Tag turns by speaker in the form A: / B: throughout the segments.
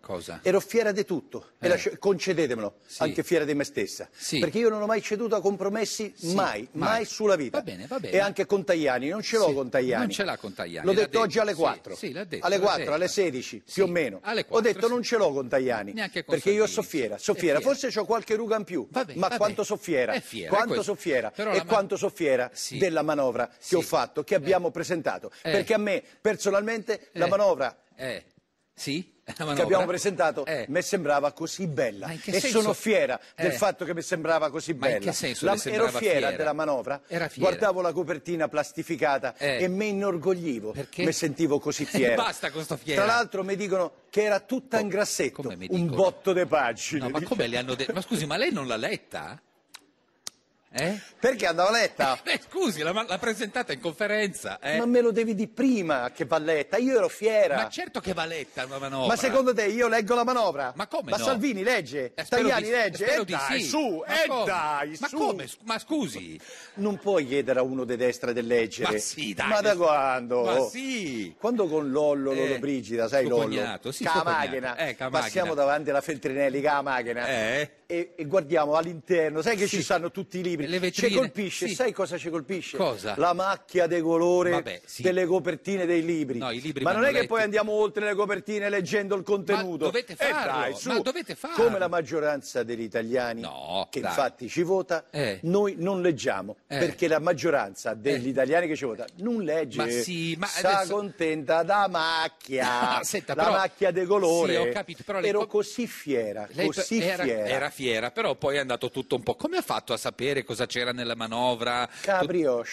A: Cosa?
B: Ero fiera di tutto. E
A: Eh.
B: lascia- concedetemelo,
A: Sì.
B: anche fiera di me stessa.
A: Sì.
B: Perché io non ho mai ceduto a compromessi,
A: Sì,
B: mai,
A: mai.
B: mai, sulla vita.
A: Va bene, va bene.
B: E anche con Tagliani, non ce l'ho
A: Sì,
B: con Tagliani.
A: non ce l'ha con Tajani,
B: L'ho
A: l'ha
B: detto, oggi
A: detto,
B: alle
A: sì,
B: 4.
A: sì, l'ha detto,
B: alle
A: l'ha
B: 4,
A: detto.
B: alle 16,
A: Sì,
B: più o meno.
A: alle
B: ho
A: 4,
B: detto
A: sì.
B: non ce l'ho con Tagliani.
A: Neanche con
B: perché io so
A: Salvini.
B: fiera, so
A: È
B: fiera.
A: fiera.
B: Forse ho qualche ruga in più.
A: Va bene,
B: ma
A: va
B: quanto
A: bene.
B: so fiera.
A: È fiera,
B: quanto
A: questo.
B: so fiera.
A: Però la ma-
B: e quanto so fiera
A: Sì.
B: della manovra
A: Sì.
B: che ho fatto, che abbiamo presentato.
A: Eh.
B: Perché a me, personalmente, la
A: Eh.
B: manovra
A: Eh, sì? La
B: che
A: manovra?
B: abbiamo presentato
A: Eh,
B: mi sembrava così bella
A: Ma
B: e
A: in che senso?
B: sono fiera
A: Eh.
B: del fatto che mi sembrava così
A: Ma in
B: bella.
A: che senso le
B: ero
A: sembrava
B: fiera,
A: fiera?
B: della manovra,
A: Era fiera.
B: guardavo la copertina plastificata
A: Eh.
B: e mi inorgoglivo,
A: Perché?
B: mi sentivo così fiera.
A: Basta con sto fiera.
B: Tra l'altro mi dicono che era tutta in grassetto,
A: come mi
B: un
A: dicono?
B: botto di pagine.
A: No, ma come le hanno detto? Ma scusi, ma lei non l'ha letta? Eh?
B: Perché andava letta?
A: Beh, scusi, la- l'ha presentata in conferenza. eh?
B: Ma
A: Ma,
B: me lo devi di prima che va letta, io ero fiera.
A: certo che va letta una manovra.
B: Ma secondo te io leggo la manovra?
A: Ma come
B: La
A: no?
B: Salvini legge?
A: Eh, spero
B: Tagliani
A: di-
B: legge?
A: spero
B: E
A: di
B: dai,
A: sì.
B: su,
A: Ma
B: e
A: come?
B: dai,
A: Ma
B: su.
A: come? S- Ma scusi.
B: Non puoi chiedere a uno di destra di leggere.
A: Ma sì, dai.
B: Ma da quando?
A: Ma sì. Eh,
B: Quando con Lollo, Lollo Brigida, sai
A: suo
B: Lollo?
A: cognato, sì, suo
B: Camagena.
A: cognato. Eh, Camagena.
B: Passiamo davanti alla Feltrinelli Camagena.
A: Eh.
B: E, e guardiamo all'interno, sai che
A: Sì.
B: ci stanno tutti i libri.
A: Le vetrine,
B: ci colpisce,
A: sì.
B: sai cosa ci colpisce?
A: Cosa?
B: La macchia dei colore
A: Vabbè, sì.
B: delle copertine dei libri.
A: No, i libri
B: Ma non
A: vanno
B: è che
A: letti.
B: poi andiamo oltre le copertine leggendo il contenuto.
A: dovete
B: Eh,
A: farlo,
B: dai, su.
A: ma dovete farlo.
B: Come la maggioranza degli italiani,
A: No,
B: che
A: dai.
B: infatti ci vota,
A: Eh.
B: noi non leggiamo
A: Eh.
B: perché la maggioranza degli
A: Eh.
B: italiani che ci vota non legge,
A: Ma sì, ma
B: sa
A: adesso-
B: contenta da macchia,
A: Ah, senta,
B: la
A: però-
B: macchia di colore.
A: Sì, ho capito, però lei
B: Ero
A: co-
B: così fiera,
A: Lei per-
B: così
A: era,
B: fiera.
A: era fiera, però poi è andato tutto un po'. Come ha fatto a sapere cosa c'era nella manovra?
B: Cabrioche.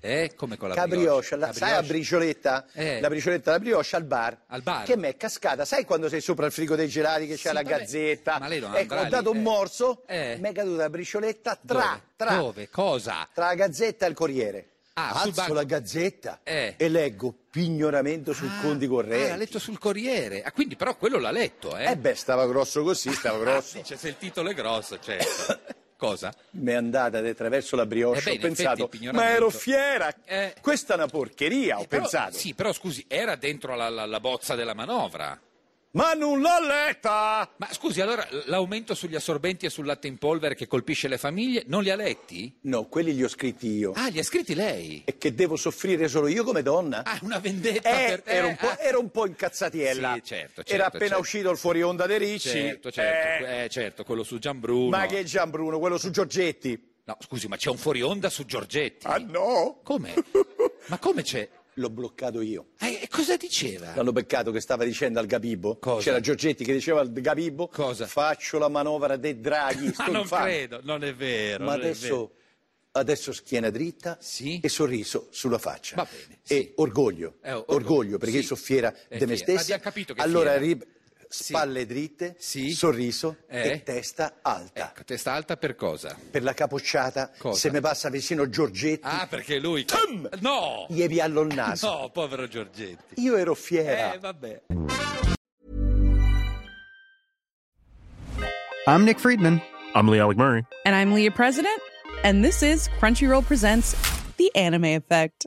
A: Eh, come con la
B: Cabrioche,
A: brioche?
B: la, sai la bricioletta?
A: Eh.
B: La bricioletta, la brioche al bar.
A: Al bar.
B: Che mi è cascata. Sai quando sei sopra il frigo dei gelati che c'è
A: Sì,
B: la
A: vabbè.
B: gazzetta?
A: Ma lei non
B: ecco,
A: andrà
B: ho
A: lì,
B: dato
A: eh.
B: un morso,
A: Eh.
B: mi è caduta la bricioletta tra,
A: Dove?
B: tra,
A: Dove? Cosa?
B: tra la gazzetta e il corriere.
A: Ah, sul
B: Alzo
A: banco.
B: la gazzetta
A: Eh.
B: e leggo pignoramento sui
A: Ah,
B: conti correnti.
A: Ah, l'ha letto sul Corriere. Ah, quindi però quello l'ha letto, eh?
B: Eh beh, stava grosso così, stava grosso.
A: Ah, dice, se il titolo è grosso, certo. cosa?
B: Mi è andata di attraverso la brioche,
A: Eh beh, in
B: ho pensato,
A: effetti, pignoramento.
B: ma ero fiera,
A: Eh.
B: questa è una porcheria, ho
A: Però-
B: pensato.
A: sì, però scusi, era dentro la, la- la bozza della manovra.
B: Ma non l'ho letta!
A: Ma scusi, allora l- l'aumento sugli assorbenti e sul latte in polvere che colpisce le famiglie, non li ha letti?
B: No, quelli li ho scritti io.
A: Ah, li ha scritti lei?
B: E che devo soffrire solo io come donna?
A: Ah, una vendetta
B: Eh,
A: per te.
B: ero, un po',
A: Ah.
B: ero un po' incazzatiella.
A: Sì, certo, certo,
B: era appena
A: certo.
B: uscito il fuori onda dei Ricci.
A: Certo, certo,
B: Eh,
A: eh, certo, quello su Gianbruno.
B: Ma che Gianbruno, quello su Giorgetti.
A: No, scusi, ma c'è un fuori onda su Giorgetti.
B: Ah no?
A: Come? ma come c'è?
B: L'ho bloccato io.
A: Eh, e cosa diceva?
B: L'hanno beccato che stava dicendo al Gabibbo.
A: Cosa?
B: C'era Giorgetti che diceva al Gabibbo:
A: Cosa?
B: Faccio la manovra dei draghi.
A: Ma
B: sto
A: non
B: in fame."
A: credo, non è vero.
B: Ma
A: non è vero.
B: adesso, adesso schiena dritta
A: Sì.
B: e sorriso sulla faccia.
A: Va bene,
B: E
A: sì.
B: orgoglio,
A: Eh, orgoglio,
B: orgoglio, perché
A: sì.
B: sono fiera
A: È
B: di
A: fiera.
B: me stessa.
A: Abbiamo capito che è
B: allora,
A: fiera.
B: ri- spalle dritte,
A: Sì.
B: sorriso
A: Eh.
B: e testa alta.
A: Ecco, testa alta per cosa?
B: Per la capocciata,
A: Cosa?
B: se mi passa vicino Giorgetti,
A: Ah, perché lui... No!
B: gli piallo il naso.
A: No, povero Giorgetti.
B: Io ero fiera.
A: Eh, vabbè.
C: I'm Nick Friedman.
D: I'm Lee Alec Murray.
E: And I'm Leah President, and this is Crunchyroll Presents The Anime Effect.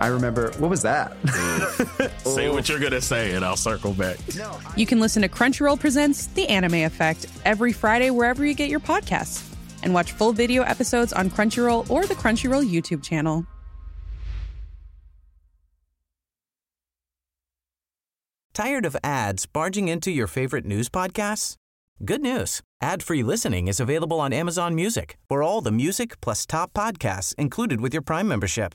F: I remember, what was that?
D: Say what you're gonna say, and I'll circle back.
E: you can listen to Crunchyroll Presents The Anime Effect every Friday wherever you get your podcasts. And watch full video episodes on Crunchyroll or the Crunchyroll YouTube channel.
G: Tired of ads barging into your favorite news podcasts? Good news. Ad-free listening is available on Amazon Music for all the music plus top podcasts included with your Prime membership.